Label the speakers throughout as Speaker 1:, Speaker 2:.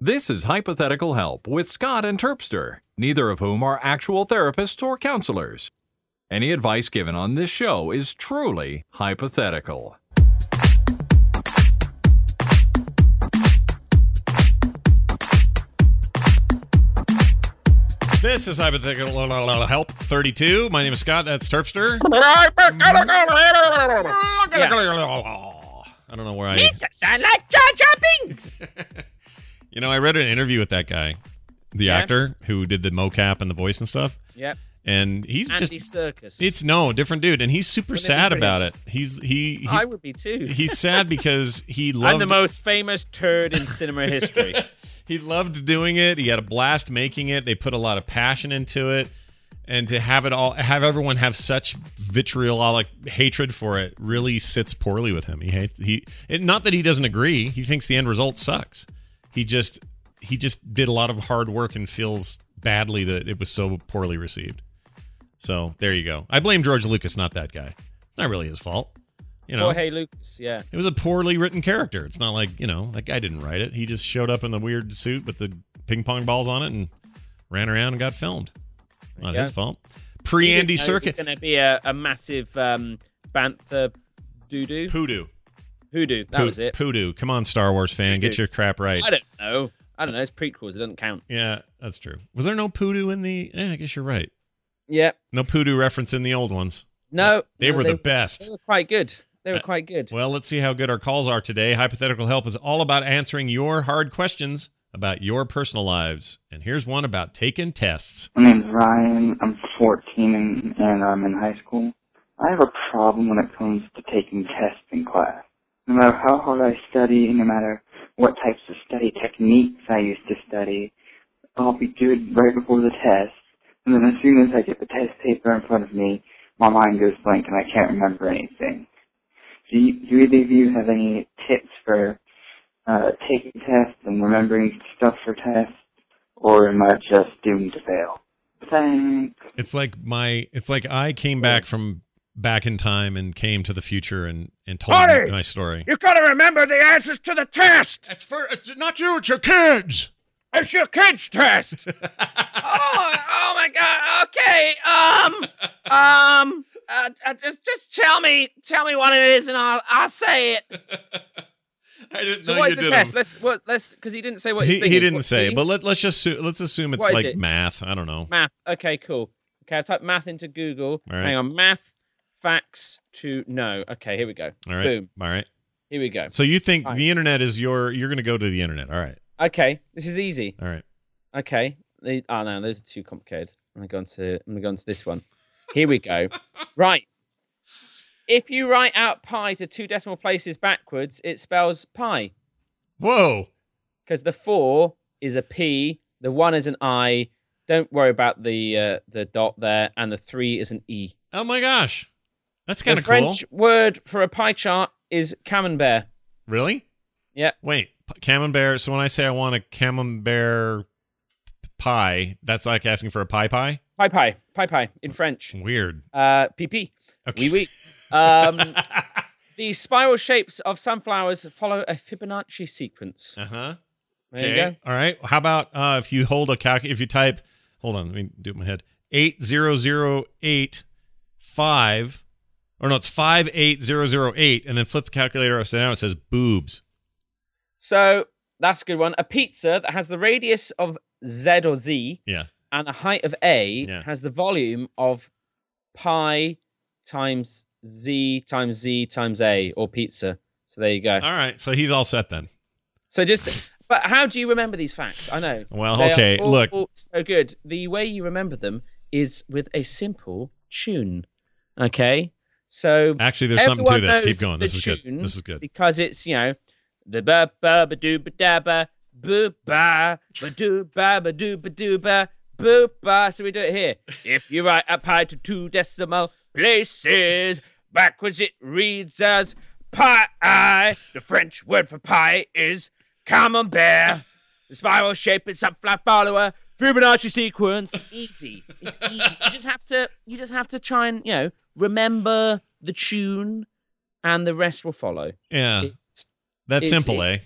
Speaker 1: This is Hypothetical Help with Scott and Terpster, neither of whom are actual therapists or counselors. Any advice given on this show is truly hypothetical.
Speaker 2: This is hypothetical la, la, la, la, help 32. My name is Scott. That's Terpster. I don't know where I.
Speaker 3: Jesus, I like Jar Jar Binks.
Speaker 2: You know, I read an interview with that guy, the
Speaker 3: Yeah.
Speaker 2: actor who did the mocap and the voice and stuff,
Speaker 3: yep.
Speaker 2: and he's
Speaker 3: Andy
Speaker 2: just.
Speaker 3: Circus.
Speaker 2: It's no different dude, and he's super
Speaker 3: Wouldn't it be
Speaker 2: sad
Speaker 3: pretty?
Speaker 2: about it. He's he,
Speaker 3: I
Speaker 2: he
Speaker 3: would be too.
Speaker 2: he's sad because he loved
Speaker 3: I'm the most famous turd in cinema history.
Speaker 2: he loved doing it. He had a blast making it. They put a lot of passion into it, and to have it all, have everyone have such vitriolic hatred for it, really sits poorly with him. He hates he. It, not that he doesn't agree. He thinks the end result sucks. He just he just did a lot of hard work and feels badly that it was so poorly received. So there you go. I blame George Lucas, not that guy. It's not really his fault. You know,
Speaker 3: Or Hey Lucas, yeah.
Speaker 2: it was a poorly written character. It's not like, you know, that guy didn't write it. He just showed up in the weird suit with the ping pong balls on it and ran around and got filmed. Not
Speaker 3: you
Speaker 2: his
Speaker 3: go. uh,
Speaker 2: fault. Pre Andy
Speaker 3: Circus.
Speaker 2: Circus.
Speaker 3: It's going to be a, a massive um, bantha doo-doo.
Speaker 2: Poodoo.
Speaker 3: Hoodoo, that
Speaker 2: Poo-
Speaker 3: was it.
Speaker 2: Poodoo. Come on, Star Wars fan. Get
Speaker 3: Poodoo.
Speaker 2: your crap right.
Speaker 3: I don't know. I don't know. It's prequels. It doesn't count.
Speaker 2: Yeah, that's true. Was there no Poodoo in the. Eh, I guess you're right.
Speaker 3: Yeah.
Speaker 2: No Poodoo reference in the old ones.
Speaker 3: No.
Speaker 2: They
Speaker 3: no,
Speaker 2: were
Speaker 3: they,
Speaker 2: the best.
Speaker 3: They were quite good. They were
Speaker 2: Uh,
Speaker 3: quite good.
Speaker 2: Well, let's see how good our calls are today. Hypothetical Help is all about answering your hard questions about your personal lives. And here's one about taking tests.
Speaker 4: My name's Ryan. I'm 14 and, and I'm in high school. I have a problem when it comes to taking tests in class. No matter how hard I study, no matter what types of study techniques I used to study, I'll be good right before the test. And then as soon as I get the test paper in front of me, my mind goes blank and I can't remember anything. Do, you, do either of you have any tips for uh, taking tests and remembering stuff for tests? Or am I just doomed to fail? Thanks.
Speaker 2: It's like my it's like I came back from back in time and came to the future and and told
Speaker 3: Marty!
Speaker 2: my story.
Speaker 3: you got to remember the answers to the test.
Speaker 2: It's for it's not you, it's your kids.
Speaker 3: It's your kids' test. oh, oh my God. Okay. Um, um, uh, uh, just, just tell me, tell me what it is, and I'll, I'll say it.
Speaker 2: I didn't
Speaker 3: So what is the test? Let's, what, let's, because he didn't say what his
Speaker 2: He,
Speaker 3: thing
Speaker 2: he
Speaker 3: is.
Speaker 2: didn't
Speaker 3: What's
Speaker 2: say,
Speaker 3: the-
Speaker 2: but let, let's just su- let's assume it's
Speaker 3: What is
Speaker 2: like
Speaker 3: it?
Speaker 2: math. I don't know.
Speaker 3: math. Okay, cool. Okay, I type math into Google.
Speaker 2: All right.
Speaker 3: Hang on, math facts to know. Okay, here we go.
Speaker 2: All right,
Speaker 3: Boom.
Speaker 2: all right.
Speaker 3: Here we go.
Speaker 2: So you think
Speaker 3: Fine.
Speaker 2: the internet is your? You're going to go to the internet? All right,
Speaker 3: Okay, this is easy.
Speaker 2: all right.
Speaker 3: Okay. The, oh no, those are too complicated. I'm gonna go on to I'm gonna go on to this one. Here we go. right. If you write out pi to two decimal places backwards, it spells pi.
Speaker 2: Whoa.
Speaker 3: Because the four is a P, the one is an I. Don't worry about the uh, the dot there, and the three is an E.
Speaker 2: Oh my gosh, that's kind
Speaker 3: the
Speaker 2: of cool.
Speaker 3: French word for a pie chart is camembert.
Speaker 2: Really?
Speaker 3: Yeah.
Speaker 2: Wait, p- camembert. So when I say I want a camembert pie, that's like asking for a pie pie.
Speaker 3: Pie pie, pie pie in French.
Speaker 2: Weird.
Speaker 3: Uh, PP,
Speaker 2: Okay.
Speaker 3: oui oui. Um, the spiral shapes of sunflowers follow a Fibonacci sequence.
Speaker 2: uh huh.
Speaker 3: There you go.
Speaker 2: Okay. All right. How about uh, if you hold a calc? If you type, hold on, let me do it in my head. Eight zero zero eight five, or no, it's five eight zero zero eight, and then flip the calculator upside down. It says boobs.
Speaker 3: So that's a good one. A pizza that has the radius of Z or Z
Speaker 2: Yeah.
Speaker 3: and a height of A
Speaker 2: Yeah.
Speaker 3: has the volume of pi times Z times Z times A or pizza. So there you go.
Speaker 2: All right. So he's all set then.
Speaker 3: So just, but how do you remember these facts? I know.
Speaker 2: Well,
Speaker 3: They are
Speaker 2: okay,
Speaker 3: all
Speaker 2: look.
Speaker 3: so good. The way you remember them is with a simple tune. Okay, so
Speaker 2: Actually, there's something to
Speaker 3: everyone
Speaker 2: this.
Speaker 3: knows
Speaker 2: Keep going. This
Speaker 3: the
Speaker 2: is good.
Speaker 3: tune
Speaker 2: This is good.
Speaker 3: because it's you know the ba ba ba doo ba da ba boo ba ba doo ba ba doo ba doo ba boo ba. So we do it here. if you write up high to two decimal places backwards, it reads as pi. The French word for pi is camembert. The spiral shape is sunflower follower. Fibonacci sequence. Easy. It's easy. You just have to. You just have to try and you know remember the tune, and the rest will follow.
Speaker 2: Yeah.
Speaker 3: It's
Speaker 2: That's
Speaker 3: It's-
Speaker 2: simple, eh?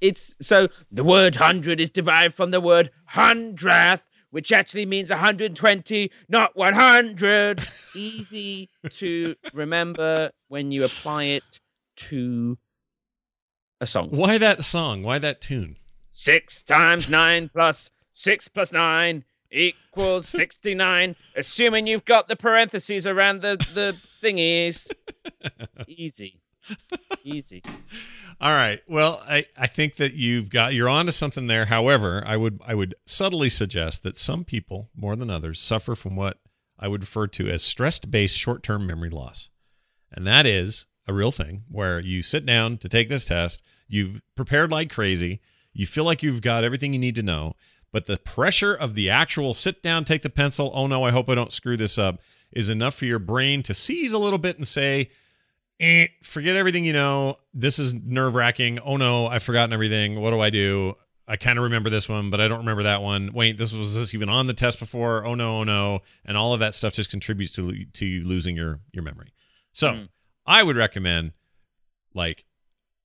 Speaker 3: it's so the word hundred is derived from the word hundrath, which actually means 120, not 100. Easy to remember when you apply it to a song.
Speaker 2: Why that song? Why that tune?
Speaker 3: Six times nine plus six plus nine equals 69, assuming you've got the parentheses around the, the thingies. Easy. Easy.
Speaker 2: All right. Well, I, I think that you've got you're onto something there. However, I would I would subtly suggest that some people more than others suffer from what I would refer to as stress-based short-term memory loss. And that is a real thing where you sit down to take this test, you've prepared like crazy, you feel like you've got everything you need to know, but the pressure of the actual sit down, take the pencil, oh no, I hope I don't screw this up is enough for your brain to seize a little bit and say, eh, forget everything you know. This is nerve wracking. Oh no, I've forgotten everything. What do I do? I kind of remember this one, but I don't remember that one. Wait, this was this even on the test before? Oh no, oh no, and all of that stuff just contributes to to you losing your your memory. So
Speaker 3: Mm.
Speaker 2: I would recommend like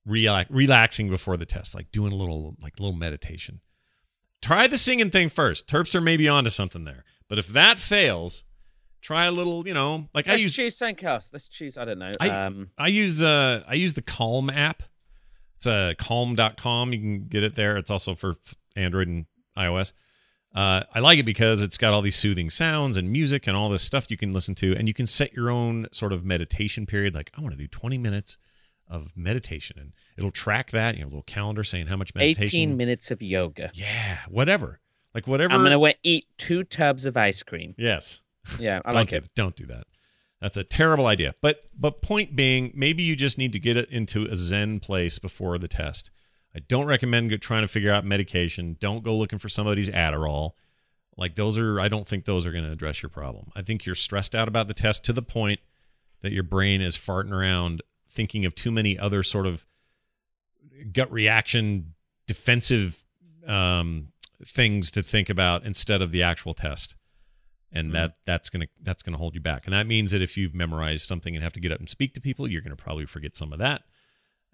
Speaker 2: relax, relaxing before the test, like doing a little like little meditation. Try the singing thing first. Terpster may be onto something there, but if that fails, try a little. You know, like I
Speaker 3: Let's
Speaker 2: use
Speaker 3: choose something else. Let's choose, I don't know.
Speaker 2: I-
Speaker 3: um,
Speaker 2: I use uh I use the Calm app. It's uh, a calm.com. You can get it there. It's also for f- Android and iOS. Uh, I like it because it's got all these soothing sounds and music and all this stuff you can listen to, and you can set your own sort of meditation period. Like I want to do 20 minutes of meditation, and it'll track that. You know, a little calendar saying how much meditation.
Speaker 3: 18 minutes of yoga.
Speaker 2: Yeah, whatever. Like whatever.
Speaker 3: I'm going to wa eat two tubs of ice cream.
Speaker 2: yes.
Speaker 3: Yeah, I
Speaker 2: don't
Speaker 3: like
Speaker 2: do,
Speaker 3: it.
Speaker 2: Don't do that. That's a terrible idea. But but point being, maybe you just need to get it into a zen place before the test. I don't recommend go- trying to figure out medication. Don't go looking for somebody's Adderall. Like those are I don't think those are going to address your problem. I think you're stressed out about the test to the point that your brain is farting around thinking of too many other sort of gut reaction defensive um things to think about instead of the actual test and
Speaker 3: Mm.
Speaker 2: that that's gonna that's gonna hold you back and that means that if you've memorized something and have to get up and speak to people you're gonna probably forget some of that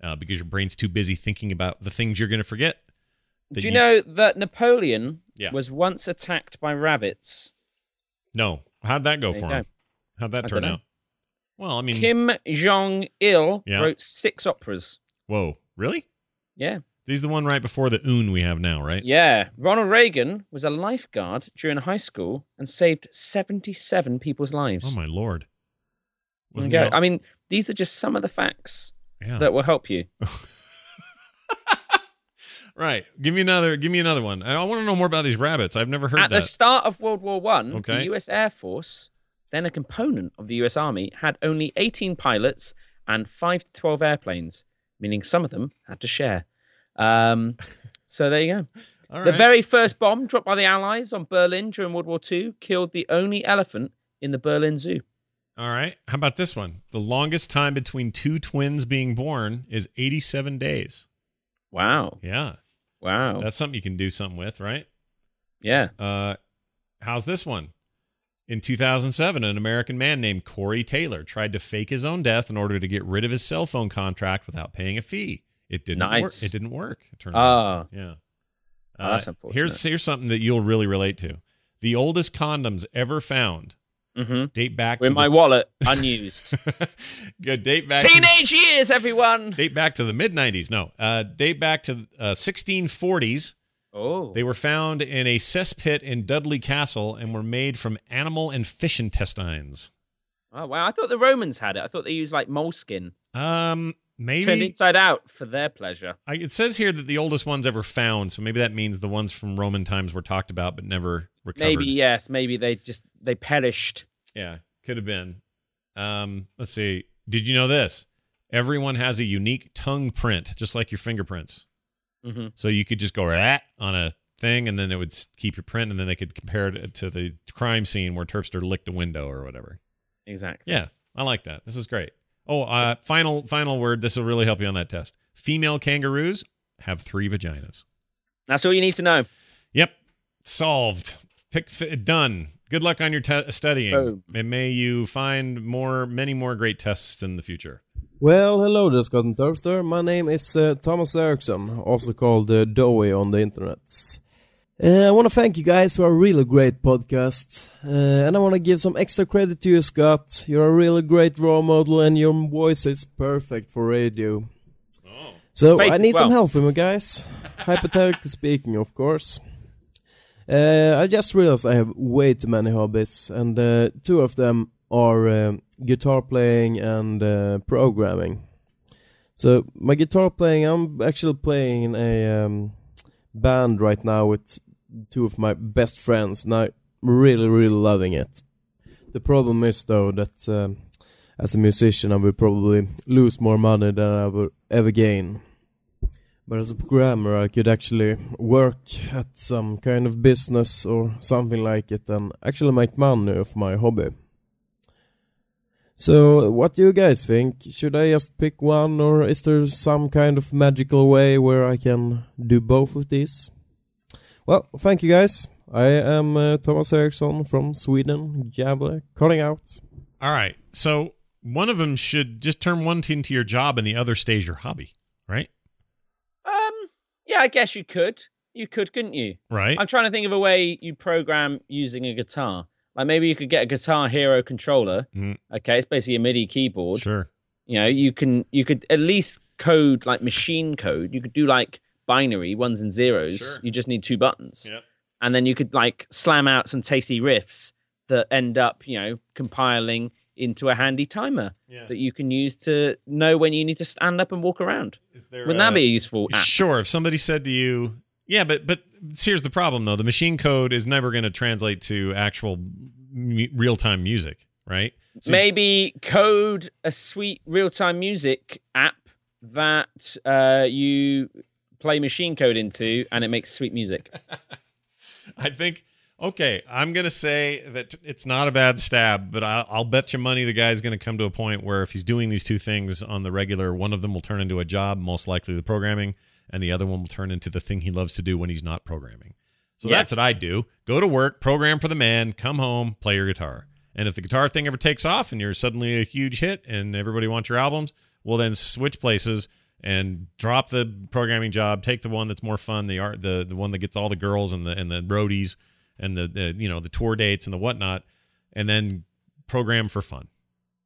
Speaker 2: uh, because your brain's too busy thinking about the things you're gonna forget that
Speaker 3: Do you know that Napoleon
Speaker 2: Yeah.
Speaker 3: was once attacked by rabbits?
Speaker 2: no how'd that go
Speaker 3: There you
Speaker 2: for
Speaker 3: go.
Speaker 2: him how'd that
Speaker 3: I
Speaker 2: turn
Speaker 3: dunno.
Speaker 2: out well i mean
Speaker 3: Kim Jong Il
Speaker 2: Yeah.
Speaker 3: wrote six operas.
Speaker 2: whoa really
Speaker 3: Yeah.
Speaker 2: These the one right before the oon we have now right
Speaker 3: Yeah. Ronald Reagan was a lifeguard during high school and saved 77 people's lives.
Speaker 2: oh my lord Wasn't
Speaker 3: Okay,
Speaker 2: that-
Speaker 3: I mean, these are just some of the facts
Speaker 2: yeah.
Speaker 3: that will help you.
Speaker 2: Right. Give me another. Give me another one. I, I want to know more about these rabbits. I've never heard
Speaker 3: At the
Speaker 2: that.
Speaker 3: start of World War One,
Speaker 2: Okay.
Speaker 3: the U.S. Air Force, then a component of the U.S. Army, had only 18 pilots and five to 12 airplanes, meaning some of them had to share. Um, so there you go.
Speaker 2: All
Speaker 3: the
Speaker 2: right.
Speaker 3: very first bomb dropped by the Allies on Berlin during World War II killed the only elephant in the Berlin Zoo.
Speaker 2: All right. How about this one? The longest time between two twins being born is 87 days.
Speaker 3: Wow!
Speaker 2: Yeah.
Speaker 3: Wow!
Speaker 2: That's something you can do something with, right?
Speaker 3: yeah.
Speaker 2: Uh, how's this one? In 2007, an American man named Corey Taylor tried to fake his own death in order to get rid of his cell phone contract without paying a fee. It didn't
Speaker 3: Nice.
Speaker 2: work. It didn't work. It turns out.
Speaker 3: Ah,
Speaker 2: Yeah. Uh,
Speaker 3: Oh, that's
Speaker 2: Here's
Speaker 3: unfortunate.
Speaker 2: here's something that you'll really relate to. The oldest condoms ever found
Speaker 3: hmm
Speaker 2: date back
Speaker 3: in
Speaker 2: to
Speaker 3: my
Speaker 2: the,
Speaker 3: wallet, unused.
Speaker 2: Go date back to,
Speaker 3: Teenage years, everyone.
Speaker 2: date back to the mid 90s. No, uh, date back to uh, 1640s.
Speaker 3: Oh,
Speaker 2: They were found in a cesspit in Dudley Castle and were made from animal and fish intestines.
Speaker 3: Oh wow! I thought the Romans had it. I thought they used like moleskin
Speaker 2: Um,
Speaker 3: turned
Speaker 2: maybe
Speaker 3: inside out for their pleasure.
Speaker 2: I, it says here that the oldest ones ever found, so maybe that means the ones from Roman times were talked about but never recovered.
Speaker 3: Maybe yes. Maybe they just they perished.
Speaker 2: Yeah, could have been. Um, let's see. Did you know this? Everyone has a unique tongue print, just like your fingerprints.
Speaker 3: Mhm.
Speaker 2: So you could just go rat on a thing, and then it would s- keep your print, and then they could compare it to the crime scene where Terpster licked a window or whatever.
Speaker 3: Exactly.
Speaker 2: Yeah, I like that. This is great. Oh, uh, final final word. This will really help you on that test. Female kangaroos have three vaginas.
Speaker 3: That's all you need to know.
Speaker 2: Yep, solved. Pick f- done. Good luck on your te- studying,
Speaker 3: Boom.
Speaker 2: and may you find more, many more great tests in the future.
Speaker 5: Well, hello, Discussion Terpster. My name is uh, Thomas Eriksson, also called uh, Dowie on the internets. Uh, I want to thank you guys for a really great podcast, uh, and I want to give some extra credit to you, Scott. You're a really great role model, and your voice is perfect for radio. So
Speaker 3: Oh. Face
Speaker 5: I
Speaker 3: as
Speaker 5: need some
Speaker 3: well.
Speaker 5: help from you guys. Hypothetically speaking, of course. Uh, I just realized I have way too many hobbies, and uh, two of them are um guitar playing and uh, programming. So my guitar playing, I'm actually playing in a um, band right now with two of my best friends, and I'm really, really loving it. The problem is though that um, as a musician, I will probably lose more money than I will ever gain. But as a programmer, I could actually work at some kind of business or something like it and actually make money of my hobby. So, what do you guys think? Should I just pick one, or is there some kind of magical way where I can do both of these? Well, thank you guys. I am uh, Thomas Eriksson from Sweden, Gävle, calling out.
Speaker 2: All right. So one of them should just turn one into your job and the other stays your hobby, right?
Speaker 3: Um, yeah, I guess you could. You could, couldn't you?
Speaker 2: Right.
Speaker 3: I'm trying to think of a way you program using a guitar. Like maybe you could get a Guitar Hero controller.
Speaker 2: Mm.
Speaker 3: Okay, it's basically a MIDI keyboard.
Speaker 2: Sure.
Speaker 3: You know, you can you could at least code like machine code. You could do like binary ones and zeros.
Speaker 2: Sure.
Speaker 3: You just need two buttons,
Speaker 2: Yep.
Speaker 3: and then you could like slam out some tasty riffs that end up you know compiling into a handy timer
Speaker 2: Yeah.
Speaker 3: that you can use to know when you need to stand up and walk around.
Speaker 2: Is there
Speaker 3: Wouldn't that be a useful app?
Speaker 2: Sure. If somebody said to you, yeah, but but here's the problem though: the machine code is never going to translate to actual mu- real-time music, right? So-
Speaker 3: Maybe code a sweet real time music app that uh, you play machine code into and it makes sweet music.
Speaker 2: I think. Okay, I'm gonna say that it's not a bad stab, but I'll, I'll bet you money the guy's gonna come to a point where if he's doing these two things on the regular, one of them will turn into a job, most likely the programming, and the other one will turn into the thing he loves to do when he's not programming. So
Speaker 3: Yeah.
Speaker 2: that's what I do: go to work, program for the man, come home, play your guitar. And if the guitar thing ever takes off and you're suddenly a huge hit and everybody wants your albums, well then switch places and drop the programming job, take the one that's more fun, the art, the the one that gets all the girls and the and the roadies and the, the you know the tour dates and the whatnot, and then program for fun.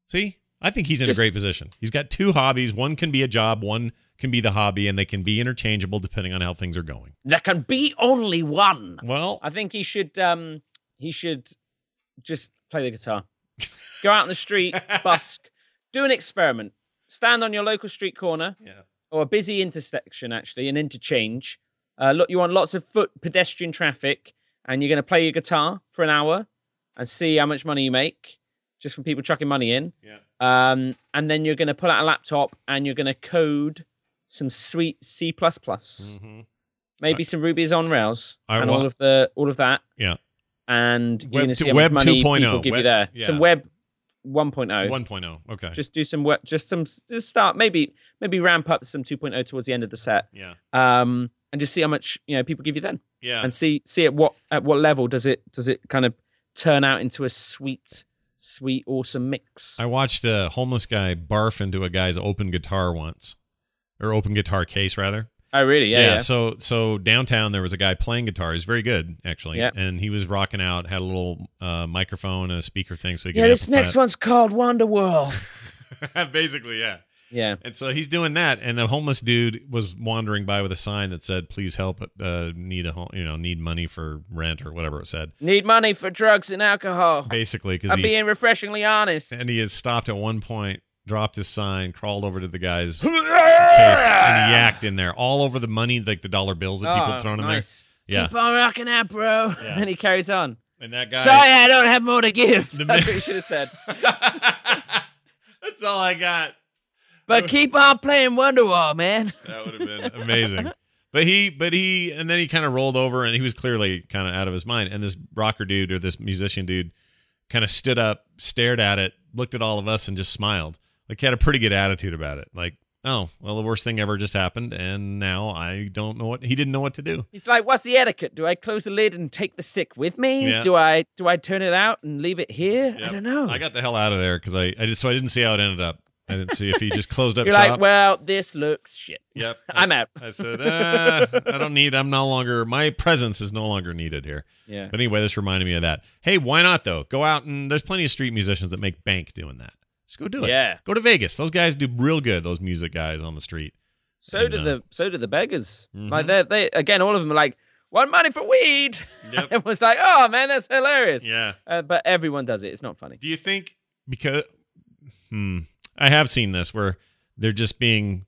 Speaker 2: See, I think he's in
Speaker 3: Just-
Speaker 2: a great position. He's got two hobbies. One can be a job. One can be the hobby, and they can be interchangeable depending on how things are going.
Speaker 3: There can be only one.
Speaker 2: Well,
Speaker 3: I think he should um, he should just play the guitar. Go out in the street, busk, do an experiment. Stand on your local street corner
Speaker 2: Yeah.
Speaker 3: or a busy intersection, actually, an interchange. Uh, look, you want lots of foot pedestrian traffic, and you're going to play your guitar for an hour and see how much money you make just from people chucking money in.
Speaker 2: Yeah.
Speaker 3: Um, and then you're going to pull out a laptop and you're going to code some sweet C plus plus,
Speaker 2: Mhm.
Speaker 3: maybe some Ruby's on Rails,
Speaker 2: I
Speaker 3: and
Speaker 2: wa-
Speaker 3: all of the all of that.
Speaker 2: Yeah.
Speaker 3: And
Speaker 2: Web
Speaker 3: you're going to
Speaker 2: two-
Speaker 3: see how much
Speaker 2: Web 2.0,
Speaker 3: money people give
Speaker 2: Web-
Speaker 3: you there.
Speaker 2: yeah.
Speaker 3: Some Web 1.0
Speaker 2: 1.0. oh. Okay.
Speaker 3: just do some work just some just start maybe maybe ramp up some 2.0 towards the end of the set
Speaker 2: yeah.
Speaker 3: um and just see how much you know people give you then
Speaker 2: Yeah.
Speaker 3: and see see at what at what level does it does it kind of turn out into a sweet sweet awesome mix
Speaker 2: I watched a homeless guy barf into a guy's open guitar once, or open guitar case rather.
Speaker 3: oh really yeah, yeah.
Speaker 2: So so downtown there was a guy playing guitar. He's very good actually,
Speaker 3: Yeah.
Speaker 2: and he was rocking out. Had a little uh, microphone and a speaker thing, so he could.
Speaker 3: yeah this next one's called wonder world
Speaker 2: one. Basically, yeah.
Speaker 3: yeah
Speaker 2: And so he's doing that, and the homeless dude was wandering by with a sign that said, "Please help. Uh, need a home, you know, need money for rent or whatever it said."
Speaker 3: need money for drugs and alcohol
Speaker 2: Basically, because
Speaker 3: i'm
Speaker 2: he
Speaker 3: being refreshingly honest
Speaker 2: and he has stopped at one point, dropped his sign, crawled over to the guy's case, and yacked in there all over the money, like the dollar bills that people
Speaker 3: Oh,
Speaker 2: thrown in
Speaker 3: nice.
Speaker 2: there. Yeah.
Speaker 3: keep on rocking out bro
Speaker 2: Yeah.
Speaker 3: and then he carries on
Speaker 2: And that guy.
Speaker 3: sorry i don't have more to give
Speaker 2: The
Speaker 3: that's
Speaker 2: mi-
Speaker 3: what he should have said
Speaker 2: That's all I got.
Speaker 3: But keep on playing Wonderwall, man.
Speaker 2: That would have been amazing. But he, but he, and then he kind of rolled over, and he was clearly kind of out of his mind. And this rocker dude or this musician dude kind of stood up, stared at it, looked at all of us, and just smiled. Like he had a pretty good attitude about it. Like, oh, well, the worst thing ever just happened, and now I don't know what he didn't know what to do.
Speaker 3: He's like, "What's the etiquette? Do I close the lid and take the sick with me?
Speaker 2: Yeah.
Speaker 3: Do I do I turn it out and leave it here? I
Speaker 2: Yep.
Speaker 3: don't know."
Speaker 2: I got the hell out of there because I, I just so I didn't see how it ended up. I didn't see if he just closed up
Speaker 3: You're
Speaker 2: shop.
Speaker 3: like, well, this looks shit.
Speaker 2: yep,
Speaker 3: I'm
Speaker 2: I s-
Speaker 3: out.
Speaker 2: I said, uh, I don't need. I'm no longer. My presence is no longer needed here.
Speaker 3: Yeah.
Speaker 2: But anyway, this reminded me of that. Hey, why not though? Go out and there's plenty of street musicians that make bank doing that. Just go do it.
Speaker 3: Yeah.
Speaker 2: Go to Vegas. Those guys do real good. Those music guys on the street.
Speaker 3: So
Speaker 2: And,
Speaker 3: do
Speaker 2: uh,
Speaker 3: the so do the beggars.
Speaker 2: Mhm.
Speaker 3: Like they they again, all of them are like one money for weed.
Speaker 2: Yep.
Speaker 3: it was like, oh man, that's hilarious.
Speaker 2: Yeah.
Speaker 3: Uh, but everyone does it. It's not funny.
Speaker 2: Do you think because hmm, I have seen this where they're just being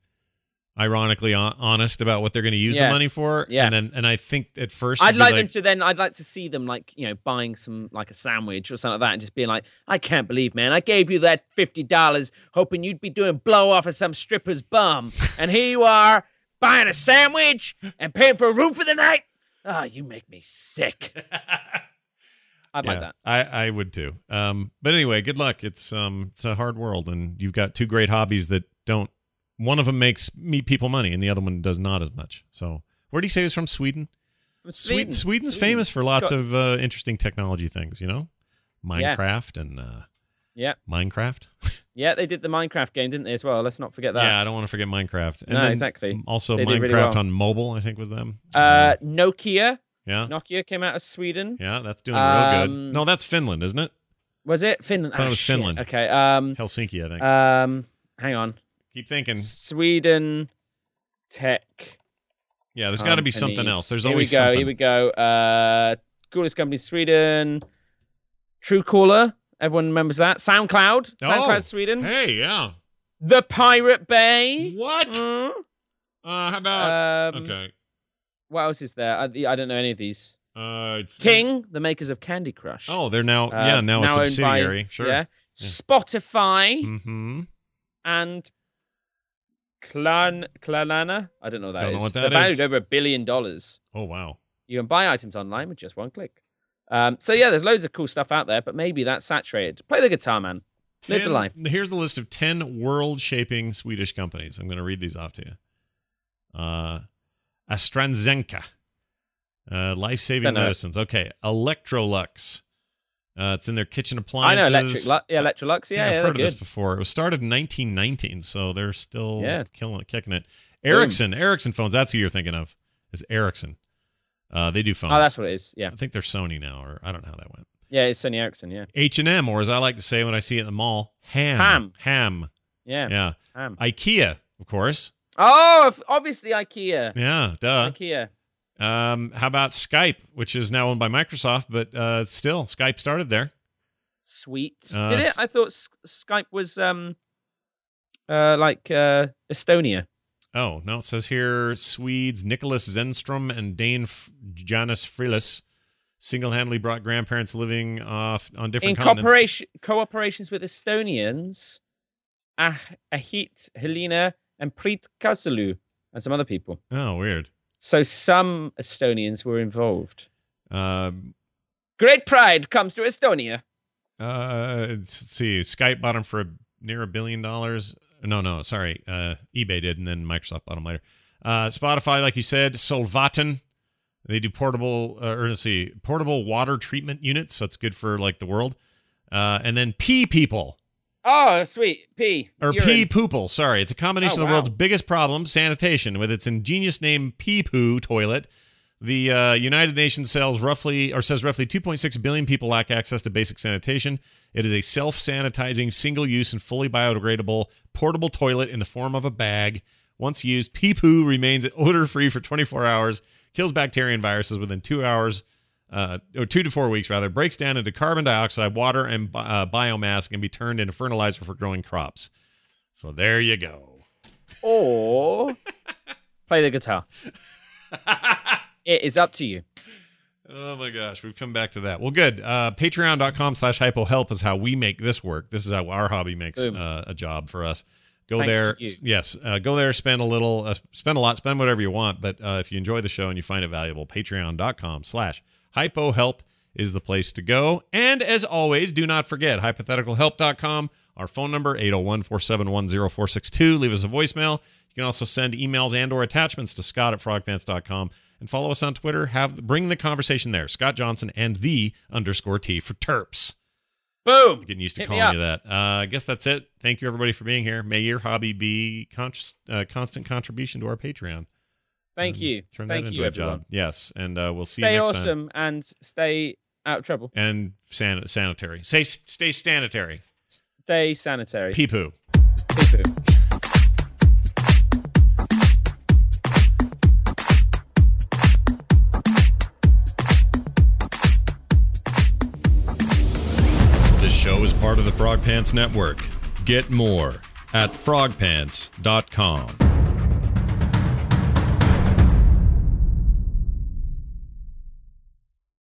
Speaker 2: ironically hon- honest about what they're going to use the
Speaker 3: Yeah.
Speaker 2: money for,
Speaker 3: Yeah.
Speaker 2: and then and I think at first you'd
Speaker 3: I'd
Speaker 2: be
Speaker 3: like, them to then. I'd like to see them like you know buying some like a sandwich or something like that, and just being like, "I can't believe, man! I gave you that fifty dollars, hoping you'd be doing blow off of some stripper's bum, and here you are buying a sandwich and paying for a room for the night. Ah, you make me sick. I'd like
Speaker 2: Yeah,
Speaker 3: that.
Speaker 2: I, I would too. Um, but anyway, good luck. It's um, it's a hard world, and you've got two great hobbies that don't. One of them makes me people money, and the other one does not as much. So, where do you say he's from? Sweden.
Speaker 3: From
Speaker 2: Sweden.
Speaker 3: Sweden.
Speaker 2: Sweden's
Speaker 3: Sweden.
Speaker 2: famous for lots
Speaker 3: Scot-
Speaker 2: of uh, interesting technology things. You know,
Speaker 3: Yeah.
Speaker 2: Minecraft and uh,
Speaker 3: Yeah.
Speaker 2: Minecraft.
Speaker 3: Yeah, they did the Minecraft game, didn't they? As well. Let's not forget that.
Speaker 2: Yeah, I don't want to forget Minecraft. And
Speaker 3: No,
Speaker 2: then
Speaker 3: exactly.
Speaker 2: Also,
Speaker 3: They
Speaker 2: Minecraft
Speaker 3: did really well.
Speaker 2: on mobile, I think, was them.
Speaker 3: Uh, Nokia.
Speaker 2: yeah,
Speaker 3: Nokia came out of Sweden.
Speaker 2: yeah, that's doing real good.
Speaker 3: um,
Speaker 2: No, that's Finland, isn't it?
Speaker 3: Was it Finland?
Speaker 2: Thought it
Speaker 3: Ah,
Speaker 2: was
Speaker 3: shit.
Speaker 2: Finland.
Speaker 3: Okay. Um.
Speaker 2: Helsinki, I think.
Speaker 3: Um. Hang on.
Speaker 2: Keep thinking.
Speaker 3: Sweden Tech.
Speaker 2: Yeah, there's got to be something
Speaker 3: companies.
Speaker 2: else. There's
Speaker 3: um, here
Speaker 2: always
Speaker 3: we go.
Speaker 2: something.
Speaker 3: Here we go. Uh, coolest company Sweden. Truecaller. Everyone remembers that. SoundCloud.
Speaker 2: Oh.
Speaker 3: SoundCloud Sweden.
Speaker 2: Hey, yeah.
Speaker 3: The Pirate Bay.
Speaker 2: What? Uh,
Speaker 3: Mm.
Speaker 2: how about?
Speaker 3: Um,
Speaker 2: okay.
Speaker 3: What else is there? I, I don't know any of these.
Speaker 2: Uh, it's-
Speaker 3: King, the makers of Candy Crush.
Speaker 2: Oh, they're now.
Speaker 3: Uh,
Speaker 2: yeah, now, a
Speaker 3: owned by-
Speaker 2: subsidiary. sure.
Speaker 3: Yeah. Spotify
Speaker 2: Mm-hmm.
Speaker 3: and Clan Clanana. I don't know what that
Speaker 2: Don't know
Speaker 3: is.
Speaker 2: what that
Speaker 3: They're
Speaker 2: is.
Speaker 3: valued over a billion dollars.
Speaker 2: Oh wow.
Speaker 3: You can buy items online with just one click. Um, so yeah, there's loads of cool stuff out there, but maybe that's saturated. Play the guitar, man. Live the
Speaker 2: Ten-
Speaker 3: life.
Speaker 2: Here's the list of 10 world shaping Swedish companies. I'm going to read these off to you. Uh, Astranzenka, uh, life saving
Speaker 3: Don't know it.
Speaker 2: medicines. Okay. Electrolux. Uh, it's in their kitchen
Speaker 3: I know
Speaker 2: appliances.
Speaker 3: Electric, Lu- yeah, Electrolux, yeah, yeah,
Speaker 2: I've
Speaker 3: they're
Speaker 2: heard of
Speaker 3: good.
Speaker 2: this before. It was started in 1919, so they're still
Speaker 3: Yeah.
Speaker 2: killing it, kicking it. Ericsson, Ericsson phones. That's who you're thinking of. Is Ericsson? Uh, they do phones.
Speaker 3: Oh, that's what it is. Yeah,
Speaker 2: I think they're Sony now, or I don't know how that went.
Speaker 3: yeah, it's Sony Ericsson. Yeah,
Speaker 2: H and M, or as I like to say when I see it in the mall, ham,
Speaker 3: Ham.
Speaker 2: ham.
Speaker 3: yeah.
Speaker 2: Yeah.
Speaker 3: Ham.
Speaker 2: IKEA, of course.
Speaker 3: Oh, of- obviously IKEA.
Speaker 2: Yeah, duh.
Speaker 3: IKEA.
Speaker 2: Um, how about Skype, which is now owned by Microsoft, but uh, still Skype started there.
Speaker 3: Sweet.
Speaker 2: Uh,
Speaker 3: Did it?
Speaker 2: s-
Speaker 3: I thought S- Skype was um, uh, like uh, Estonia.
Speaker 2: Oh no, it says here Swedes Nicholas Zenström and Dane F- Janis Frilis single-handedly brought grandparents living off on
Speaker 3: In
Speaker 2: different continents.
Speaker 3: cooperation cooperations with Estonians, ah- Ahit, Helena, and Prit Kasulu, and some other people.
Speaker 2: Oh, weird.
Speaker 3: So some Estonians were involved.
Speaker 2: Um,
Speaker 3: Great pride comes to Estonia.
Speaker 2: uh, let's see, Skype bought them for a, near a billion dollars. No, no, sorry. Uh, eBay did, and then Microsoft bought them later. Uh, Spotify, like you said, Solvatin. They do portable, uh, or let's see, portable water treatment units. So it's good for like the world. Uh, and then pee people
Speaker 3: Oh, sweet. P.
Speaker 2: or
Speaker 3: urine.
Speaker 2: pee poople. Sorry, it's a combination
Speaker 3: Oh,
Speaker 2: of the
Speaker 3: wow.
Speaker 2: world's biggest problem, sanitation, with its ingenious name pee poo toilet. The uh, United Nations sells roughly, or says roughly, 2.6 billion people lack access to basic sanitation. It is a self-sanitizing, single-use, and fully biodegradable portable toilet in the form of a bag. Once used, pee poo remains odor-free for 24 hours, kills bacteria and viruses within two hours, uh, or two to four weeks rather. Breaks down into carbon dioxide, water, and bi- uh, biomass, and can be turned into fertilizer for growing crops. So there you go.
Speaker 3: Or play the guitar. it is up to you.
Speaker 2: Oh my gosh, we've come back to that. Well, good. Uh, Patreon.com slash hypohelp is how we make this work. This is how our hobby makes
Speaker 3: Boom.
Speaker 2: uh, a job for us. Go
Speaker 3: Thanks
Speaker 2: there.
Speaker 3: to you.
Speaker 2: Yes, uh, go there, spend a little, uh, spend a lot, spend whatever you want. But uh, if you enjoy the show and you find it valuable, patreon.com slash hypohelp is the place to go. And as always, do not forget hypotheticalhelp.com, our phone number, 801-471-0462. Leave us a voicemail. You can also send emails and or attachments to scott at frogpants.com and follow us on Twitter. Have Bring the conversation there, Scott Johnson and the underscore T for Terps.
Speaker 3: Boom.
Speaker 2: Getting used to
Speaker 3: Hit me
Speaker 2: calling
Speaker 3: up.
Speaker 2: you that. Uh, I guess that's it. Thank you everybody for being here. May your hobby be con- uh, constant contribution to our Patreon.
Speaker 3: Thank
Speaker 2: Um,
Speaker 3: you.
Speaker 2: Turn
Speaker 3: Thank
Speaker 2: that into
Speaker 3: you,
Speaker 2: a
Speaker 3: everyone.
Speaker 2: job. Yes, and uh, we'll see
Speaker 3: Stay
Speaker 2: you next time.
Speaker 3: awesome and stay out of trouble.
Speaker 2: And san- sanitary. Say stay sanitary.
Speaker 3: S- Stay sanitary.
Speaker 2: Pee poo.
Speaker 3: Poo-poo.
Speaker 2: This show is part of the Frog Pants Network. Get more at frogpants.com.